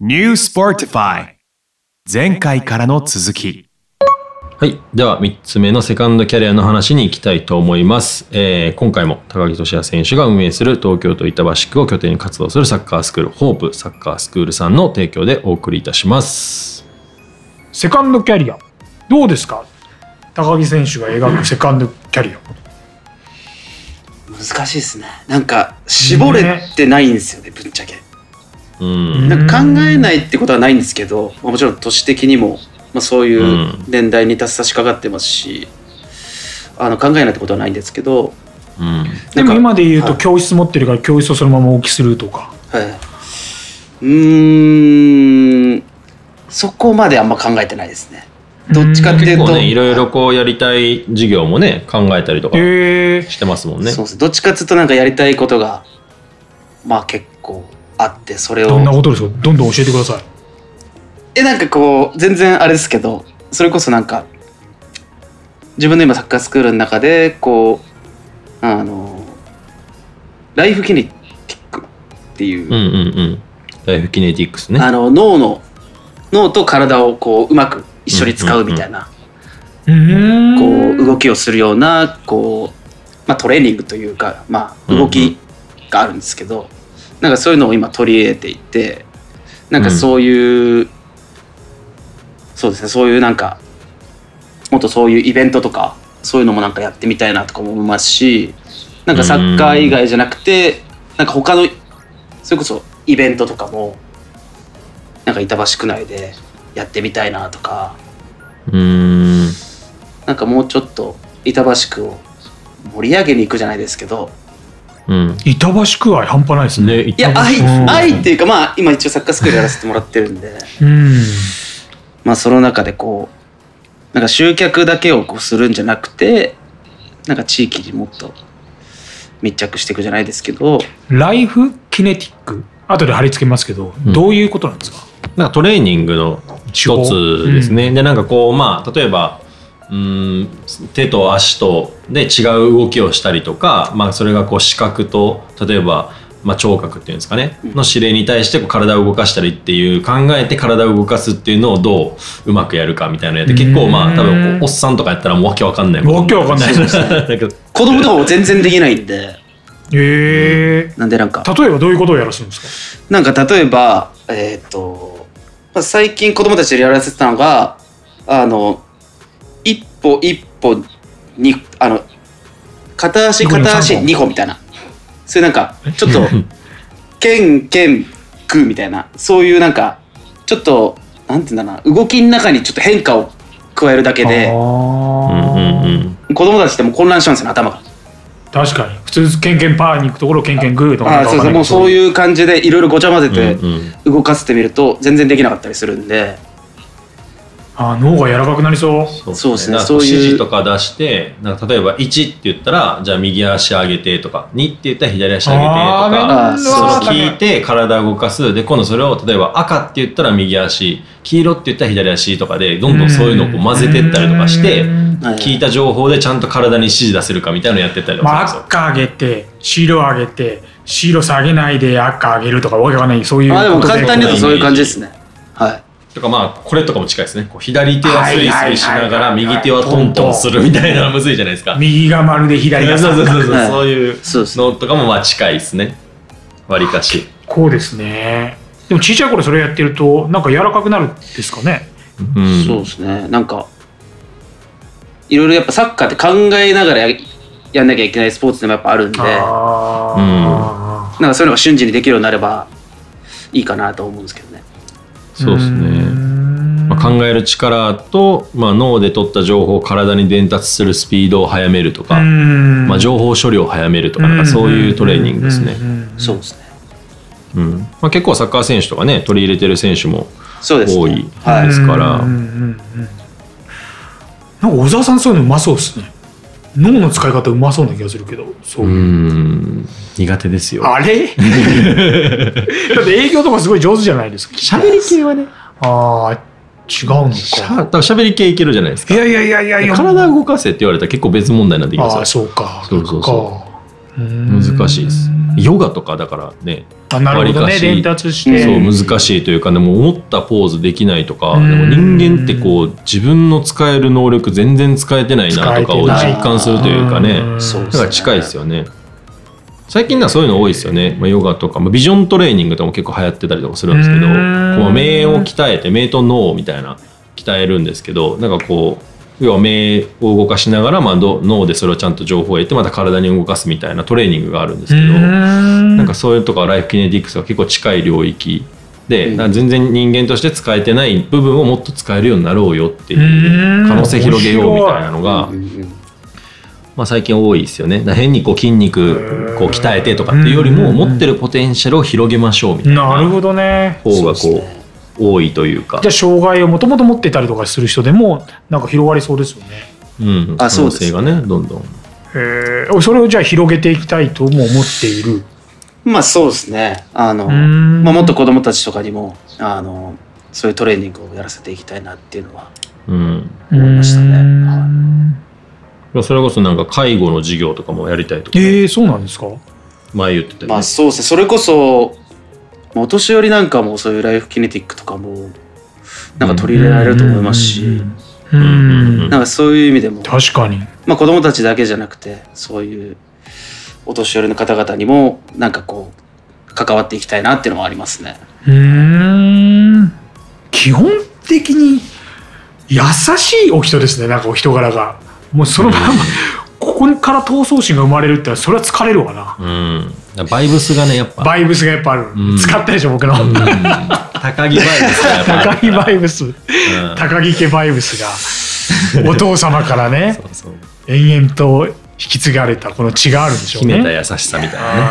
New Sportify 前回からの続きはい。では、3つ目のセカンドキャリアの話に行きたいと思います。えー今回も高木俊也選手が運営する東京都板橋区を拠点に活動するサッカースクール、ホープサッカースクールさんの提供でお送りいたします。セカンドキャリアどうですか高木選手が描くセカンドキャリア難しいですねなんか絞れてないんですよねぶっちゃけう。うんなんか考えないってことはないんですけど、まあ、もちろん都市的にも、まあ、そういうん年代に差し掛かってますしあの考えないってことはないんですけどうん。なでんかも今で言うとはい教室持ってるから教室をそのまま大きくするとかはいうーんそこまであんま考えてないですねどっちかってい結うと構ね、いろいろこうやりたい授業もね、考えたりとかへえしてますもんね。そうですどっちかっていうとなんかやりたいことがまあ結構あってそれをどんなことですかどんどん教えてくださいえなんかこう全然あれですけどそれこそなんか自分の今サッカースクールの中でこうあのライフキネティックっていう、うんうんうん。ライフキネティックスね。あの脳の脳と体をこううまく一緒に使うみたいな、うんこう動きをするようなこう、まあ、トレーニングというか、まあ、うん動きがあるんですけど、なんかそういうのを今取り入れていてなんかそういう、そうですねそういうなんかもっとそういうイベントとかそういうのもなんかやってみたいなとかも思いますしなんかサッカー以外じゃなくて、なんか他のそれこそイベントとかもなんか板橋区内でやってみたいなとかうん。なんかもうちょっと板橋区を盛り上げに行くじゃないですけどうん。板橋区愛半端ないですねね、いや愛うん愛っていうかまあ今一応サッカースクールやらせてもらってるんでうんまあその中でこうなんか集客だけをこうするんじゃなくてなんか地域にもっと密着していくじゃないですけどライフキネティック後で貼り付けますけど、うんどういうことなんですかなんかトレーニングの一つですね。で、なんかこう、まあ、例えば、うーん手と足とで違う動きをしたりとか、まあ、それがこう視覚と例えば、まあ、聴覚っていうんですかねの指令に対してこう体を動かしたりっていう考えて体を動かすっていうのをどううまくやるかみたいなのやって結構まあ多分こうおっさんとかやったらもうわけわかんないわけわかんないです だけど子供とかも全然できないんでへえなんでなんか例えばどういうことをやらせるんですなんか例えば、えっ、と、まあ、最近子供たちでやらせてたのが、あの、一歩一歩に、あの、片足どこにも片足三本2歩みたいな。そういうなんか、ちょっとん、けんけんくみたいな、そういうなんか、ちょっと、なんていうんだろうな、動きの中にちょっと変化を加えるだけかで、うあんうーんうん子供たちってもう混乱しちゃうんですよね、頭が。確かに普通ケンケンパーに行くところケンケングーとかああー、そうそう、もうそうういう感じでいろいろごちゃ混ぜうてんうん動かせてみると、全然できなかったりするんで、あー脳が柔らかくなりそうそうですねだからこそういう指示とか出して、なんか例えば1って言ったら、じゃあ右足上げてとか、2って言ったら左足上げてとあか、ーめんどいその聞いて体動かす。で、今度それを例えば赤って言ったら右足、黄色って言ったら左足とかで、どんどんそういうのをこう混ぜてったりとかして、はい聞いた情報でちゃんと体に指示出せるかみたいなのやってったりとまあかするんですよ。赤上げて白上げて白下げないで赤上げるとかわけがないそういうあでもこと簡単に言うとこそういう感じですね。はい。とかまあ、これとかも近いですね。こう左手はスイスイしながはいはいはいはらい右手はトントンするみたいなのむずいじゃないですか。右が丸で左がそう三そうそう角そう、そういうそうですね。のとかもまあ近いですね。わりかし。こうですねでも小さい頃それやってるとなんか柔らかくなるんですかねうんそうですね。なんか、いろいろやっぱサッカーって考えながらややんなきゃいけないスポーツでもやっぱあるんで、なああ、んかそういうのが瞬時にできるようになればいいかなと思うんですけどね。そうですね。まあ、考える力と、まあ、脳で取った情報を体に伝達するスピードを早めるとか、まあ、情報処理を早めるとかなんかそういうトレーニングですね、そうですね。うんまあ、結構サッカー選手とかね取り入れてる選手もそうですね。多いはでい。すからうんうんうんうんなんか小沢さんそういうのうまそうですね脳の使い方うまそうな気がするけどそうういう、ん苦手ですよ あれだって営業とかすごい上手じゃないですか喋り系はねああ違うのしかゃ多分喋り系いけるじゃないですいかやいやいやいやいや体動かせって言われたら結構別問題になってきまああすよそうかそうそうそうそっかうーん難しいですうーんヨガとかだからね、あなるほどわりかねし伝達しえて、そうえ難しいというかでも思ったポーズできないとかうでんも人間ってこう自分の使える能力全然使えてないなとかを使えてない実感するというかねんそうなんか近いですよね最近のはそういうの多いですよね、まあ、ヨガとか、まあビジョントレーニングとかも結構流行ってたりとかするんですけどうこんう目を鍛えて目と脳みたいな鍛えるんですけどなんかこう要は目を動かしながら、まあ、ど脳でそれをちゃんと情報を得てまた体に動かすみたいなトレーニングがあるんですけど。うんなんかそういうとかライフキネティクスは結構近い領域で、うんなんか全然人間として使えてない部分をもっと使えるようになろうよってういんう可能性広げようみたいなのが、うんうんうんまあ、最近多いですよねだから変にこう筋肉こう鍛えてとかっていうよりうもん持ってるポテンシャルを広げましょうみたいなるなほどね方がそこううですね多いというかじゃあ障害をもともと持っていたりとかする人でもなんか広がりそうですよねうん、可あそう能ですね性がねどんどんえー、それをじゃあ広げていきたいとも思っているまあそうですね。あの、うんまあもっと子供たちとかにも、あの、そういうトレーニングをやらせていきたいなっていうのは。うん思いましたねうんまあそれこそなんか介護の授業とかもやりたいとかえー、そうなんですか前言ってたよまねあそうですね。それこそ、まあお年寄りなんかもそういうライフキネティックとかも、なんか取り入れられると思いますし、うんうんうんなんかそういう意味でも、確かにまあ子供たちだけじゃなくて、そういうお年寄りの方々にも、なんかこう、関わっていきたいなっていうのはありますね。うーん基本的に優しいお人ですねなんかお人柄がもうそのまま、ここから闘争心が生まれるってのはそれは疲れるわなうん、だからバイブスがねやっぱバイブスがやっぱある、うん使ったでしょ僕の、うん高木バイブスがやっぱある高か木らバイブスうん高木家バイブスがお父様か らねそうそう延々と引き継がれたこの血があるんでしょう秘めたね優しさみたいなねどうなん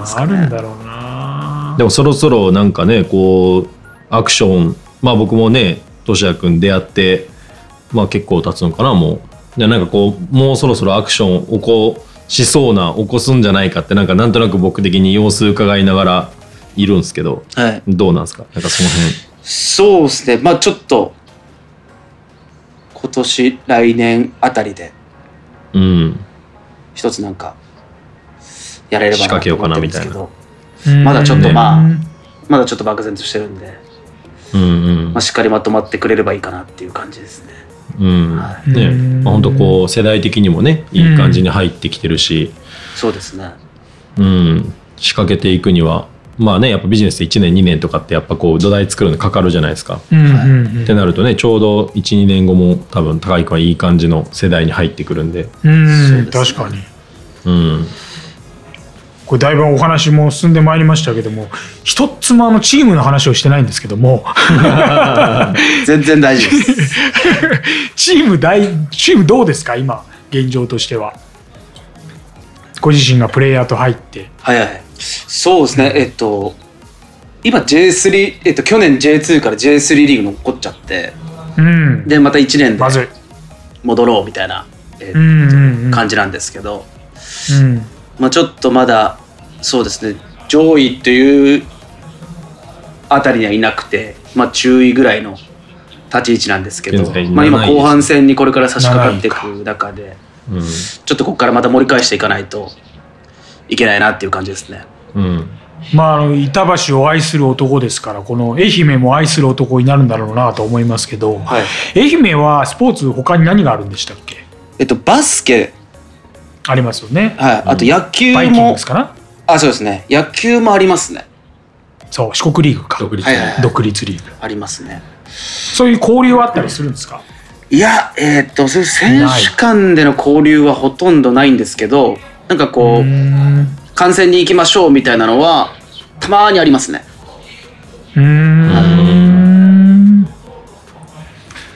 あですーかあねるんだろうなでもそろそろなんかねこうアクションまあ僕もねとしやくん出会ってまあ結構経つのかなもうでなんかこうもうそろそろアクションを起こしそうな起こすんじゃないかってなんかなんとなく僕的に様子伺いながらいるんですけどはい。どうなんですかなんかそのそうですね、まあちょっと、今年、来年あたりで、辺うん一つなんか、やれれば仕掛けようかなと思ってるんですみたいけどまだちょっとまあうんまだちょっと漠然としてるんで、うんうんまあ、しっかりまとまってくれればいいかなっていう感じですね。うんはねうんまあ、本当こう世代的にもねいい感じに入ってきてるし、そうですね。うん、仕掛けていくにはまあねやっぱビジネスで1年2年とかってやっぱこう土台作るのかかるじゃないですか。うんうんうんってなるとねちょうど12年後も多分高井君はいい感じの世代に入ってくるんで、うん、そうです確かにうん、これだいぶお話も進んでまいりましたけども一つもあのチームの話をしてないんですけども 全然大丈夫です。チーム大チームどうですか今現状としてはご自身がプレイヤーと入ってはいはい。そうですね、えっと、今 J3、えっと、去年 J2 から J3 リーグに残っちゃって、うんで、また1年まずいで戻ろうみたいな、えうんうんうん感じなんですけど、うんまあ、ちょっとまだそうですね上位というあたりにはいなくて、まあ、中位ぐらいの立ち位置なんですけど現在、まあ、今7位です後半戦にこれから差し掛かっていく中でうんちょっとここからまた盛り返していかないといけないなっていう感じですね。うんまああの板橋を愛する男ですからこの愛媛も愛する男になるんだろうなと思いますけど、はい愛媛はスポーツ他に何があるんでしたっけえっと、バスケ、ありますよねはい、あと野球バイキンもグスかなあそうですね野球もありますねそう四国リーグか独立はいはいはい独立リーグありますねそういう交流はあったりするんですかいやえっとそういう選ない手間での交流はほとんどないんですけどなんかこう、うん観戦に行きましょうみたいなのはたまにありますねうーん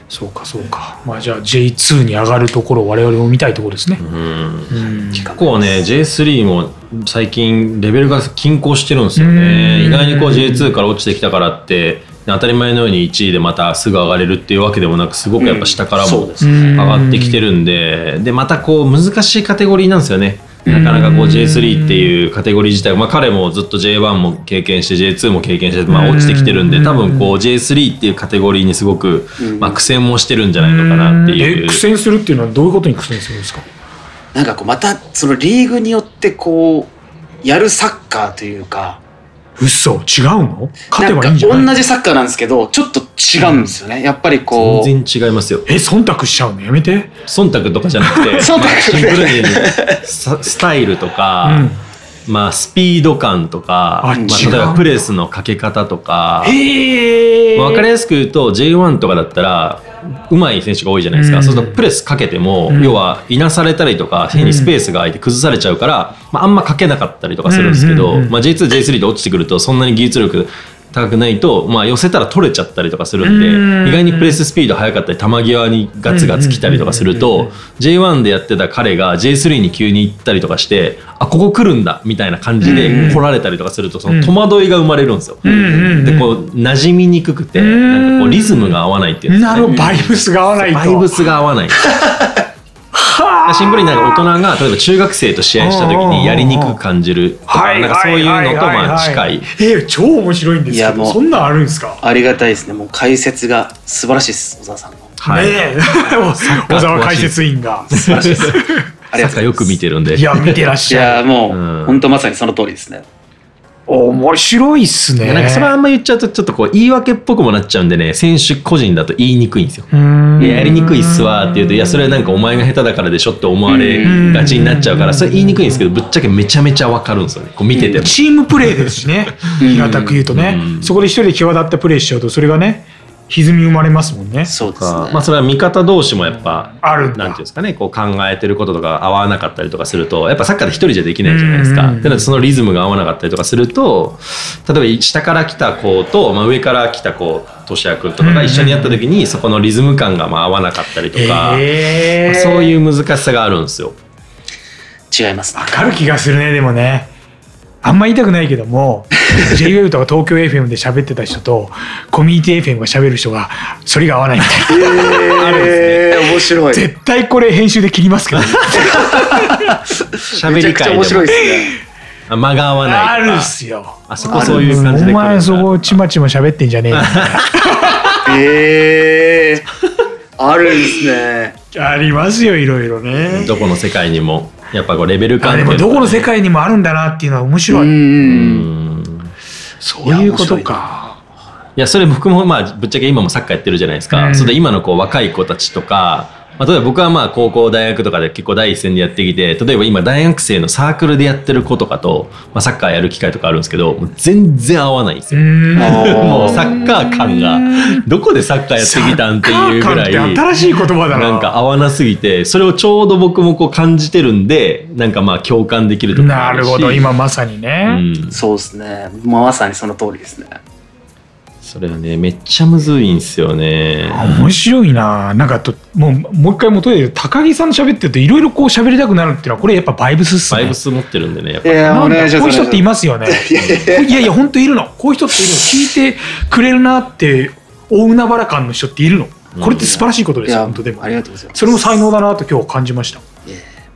そうかそうかまあじゃあ J2 に上がるところを我々も見たいところですねうん、うん結構ね J3 も最近レベルが均衡してるんですようんね意外にこう J2 から落ちてきたからって当たり前のように1位でまたすぐ上がれるっていうわけでもなくすごくやっぱ下からそうもですねう上んがってきてるんででまたこう難しいカテゴリーなんですよねなかなかこう J3 っていうカテゴリー自体、まあ、彼もずっと J1 も経験して J2 も経験して、まあ、落ちてきてるんうでん多分こう J3 っていうカテゴリーにすごく、うんまあ、苦戦もしてるんじゃないのかなってういんえう苦戦するっていうのはどういうことに苦戦するんですかなんかこうまたそのリーグによってこうやるサッカーというか嘘違うの勝てばいいんじゃないんか同じサッカーなんですけどちょっと違うんですよね、やっぱりこう全然違いますよえ忖度しちゃうのやめて、忖度とかじゃなくて忖度まあシンプルにさスタイルとか、うん、まあ、スピード感とか、まあ、あ例違うんえだばプレスのかけ方とか、ええまあ分かりやすく言うと J1 とかだったらうまい選手が多いじゃないですか、うんそうするとプレスかけても、うん要はいなされたりとか変にスペースが空いて崩されちゃうから、まあ、あんまかけなかったりとかするんですけど、うんうんうんまあ、J2J3 で落ちてくるとそんなに技術力高くないと、まあ、寄せたら取れちゃったりとかするんで、うん意外にプレススピード速かったり球際にガツガツ来たりとかすると、うんうんうん J1 でやってた彼が J3 に急に行ったりとかしてあここ来るんだみたいな感じで来られたりとかするとその戸惑いが生まれるんですよ。うんうんうんでこう馴染みにくくてうんなんかこうリズムが合わないっていうんですなかるほねどバイブスが合わないとバイブスが合わないシンプルになんか大人が例えば中学生と試合した時にやりにくく感じるとはかいなんかそういうのとまあ近 いえー超面白いんですいけやどもうそんなんあるんですかありがたいですねもう解説が素晴らしいです小沢さんのはいねえ小沢解説委員が素晴らしいですありがサッカとーうよござくいます見てるんでいや見てらっいしゃやるもう、うん本当まさにその通りですね面白いっすねなんかそれあんま言っちゃうとちょっとこう言い訳っぽくもなっちゃうんでね選手個人だと言いにくいんですよ。うーんいややりにくいっすわーって言うといやそれはなんかお前が下手だからでしょって思われがちになっちゃうからそれ言いにくいんですけどぶっちゃけめちゃめちゃわかるんですよねこう見てても。チームプレーですしねうん平たく言うとねうんそこで一人で際立ってプレーしちゃうとそれがね歪み生まれますもんねそうですねか、まあ、それは味方同士もやっぱあるなんんていうんだですかねこう考えてることとか合わなかったりとかするとやっぱサッカーで一人じゃできないじゃないですうんか。うんうんでなのでそのリズムが合わなかったりとかすると例えば下から来た子と、まあ、上から来た子としやくんとかが一緒にやった時にそこのリズム感がまあ合わなかったりとか、まえあーそういう難しさがあるんですよ。違いますねわかる気がするねでもねあんま言いたくないけ ども JWAVE とか東京 FM で喋ってた人とコミュニティ FM が喋る人がそれが合わないみたいなあるんですね面白い絶対これ編集で切りますけどね喋めちゃりくちゃ会面で白もいですねあ間 が合わあないとるっかすよあそこそういう感じで来るんおだ前そこちまちま喋ってんじゃねえよええ あるんですねありますよいろいろねどこの世界にもやっぱこうレベル感あってでいうのもがどこの世界にもあるんだなっていうのは面う白い、んうんそういうことかいやそれ僕もまあぶっちゃけ今もサッカーやってるじゃないですか、うんそれで今のこう若い子たちとか、まあ、例えば僕はまあ高校大学とかで結構第一線でやってきて例えば今大学生のサークルでやってる子とかと、まあ、サッカーやる機会とかあるんですけどもう全然合わないんですうよ、んもうあサッカー感がどこでサッカーやってきたんっていうぐらいサッカー感って新しい言葉だななんか合わなすぎてそれをちょうど僕もこう感じてるんでなんかまあ共感できるところもなあるしほど今まさにうね、んーそうですねまさにその通りですねそれはねめっちゃむずいんですよね面白いななんかともうもう一回もとで高木さんと喋ってるといろいろこう喋りたくなるっていうのはこれやっぱバイブスっすバイねブス持ってるんでねやっぱいやなおんだ願いしますこういう人っていますよねいやいやいやいやいや本当いるのこういう人 っているの聞いてくれるなって大海原感の人っているのこれって素晴らしいことでいすや本当でもありがとうございますそれも才能だなと今日感じました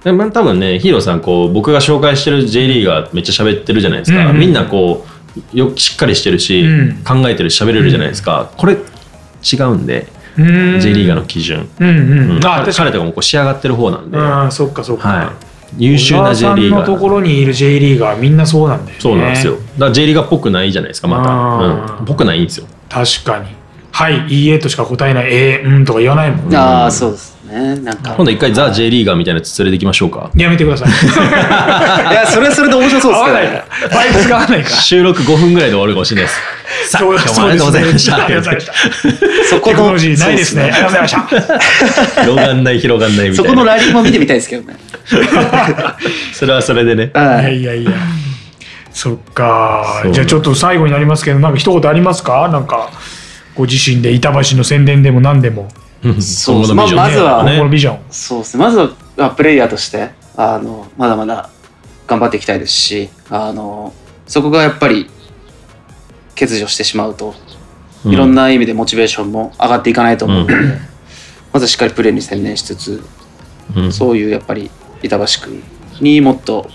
でまあ、多分ねヒーローさんこう僕が紹介してる J リーガーめっちゃ喋ってるじゃないですか、うんうんみんなこうよしっかりしてるし、うん考えてるし喋れるじゃないですか、これ違うんで、うーん J リーガーの基準、うんううんんあ彼確か彼とかもこう仕上がってる方なんにで、あそっかそっか、はい、優秀な小 J 沢リーさんガのとーころにいる J リーガーみんなそうなんだよねそうなんですよだから J リーガーっぽくないじゃないですかまた、あーうん、ぽくないんですよ確かにはいいいえとしか答えないえー、うんとか言わないもんねああそうですねなんか今度一回ザ・ J リーガーみたいなやつ連れてきましょうかやめてくださいいやそれはそれで面白そう合ですわけどないねからバイブスが合わないから収録5分ぐらいで終わるかもしれないですさあ今日もありがとうございましたありがとうございましたそこテクノのロジーないですねありがとうございました広がんない広がんないみそたいこなのラリーも見てみたいですけどねそれはそれでねはいやいいやいや。そっかそう。じゃあちょっと最後になりますけど、なんか一言ありますかなんか、ご自身で板橋の宣伝でも何でも、そう今後のビジョンまあまずはね今後のビジョン。そうですねまずはまあプレイヤーとしてあのまだまだ頑張っていきたいですしあのそこがやっぱり欠如してしまうといろんな意味でモチベーションも上がっていかないと思うので、まずしっかりプレーに専念しつつうんそういうやっぱり板橋区にもっと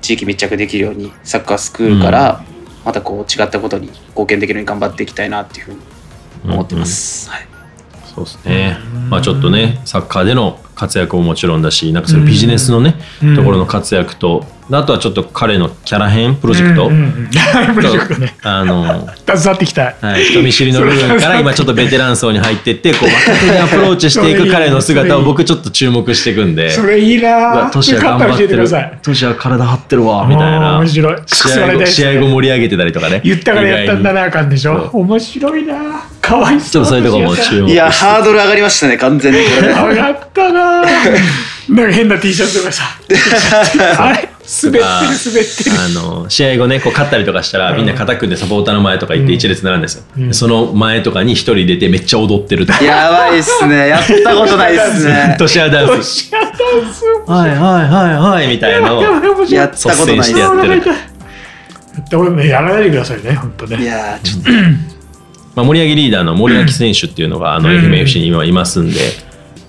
地域密着できるようにサッカースクールからまたこう違ったことに貢献できるように頑張っていきたいなっていうふうに思ってま、す。はいうんそうですねまあちょっとねサッカーでの活躍ももちろんだしなんかそれビジネスのね、うんところの活躍とであとはちょっと彼のキャラ編プロジェクト、うんうんうん、プロジェクトねあの携わっていきたいはい、人見知りの部分から今ちょっとベテラン層に入ってってこう若手にアプローチしていく彼の姿を僕ちょっと注目していくんでそれいいなぁトシよはか頑ったら張教ってえてくるださいトシは体張ってるわみたいあーな面白い試それ合大後事試合後盛り上げてたりとかね言ったからやったんだなあかんでしょそ面白いなぁかわいちそょうっとそういうとこも注目いやしてハードル上がりましたね完全にこれ上がったなぁなんか変な T シャツとかさあれ滑ってる滑ってる あの試合後ねこう勝ったりとかしたらみんな肩組んでサポーターの前とか行って一列並んでるんですよ、うんその前とかに一人出てめっちゃ踊ってるとやばいっすねやったことないっす ねトシはダントスシアダンスはいはいはいはいみたいなのをやばい面白いやったことないっす率先してやってるやったことないやらないでくださいね本当いねやーちょっまあ、森上リーダーの森脇選手っていうのがあのうん FMFC に今いますんで、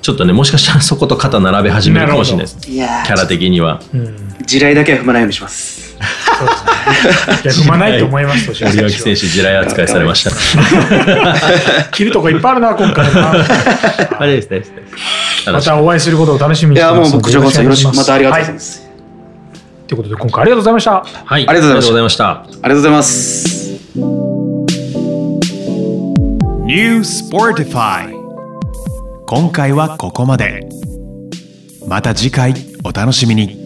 ちょっとね、もしかしたらそこと肩並べ始めるかもしれないです。といやーキャラ的には。うん地雷だけは踏まないようにしますそうですね。いや、踏まないと思います、年森脇選手、地雷扱いされました。切るとこいっぱいあるな、今回な。 あれですね、ですねま楽しみたお会いすることを楽しいみにしてやまもうすの僕で。ジョコンさんよろしくまたありがとうございはます、いということで、今回ありがとうございました。あはい、りがとうございましたいました。ありがとうございます New Sportify 今回はここまでまた次回お楽しみに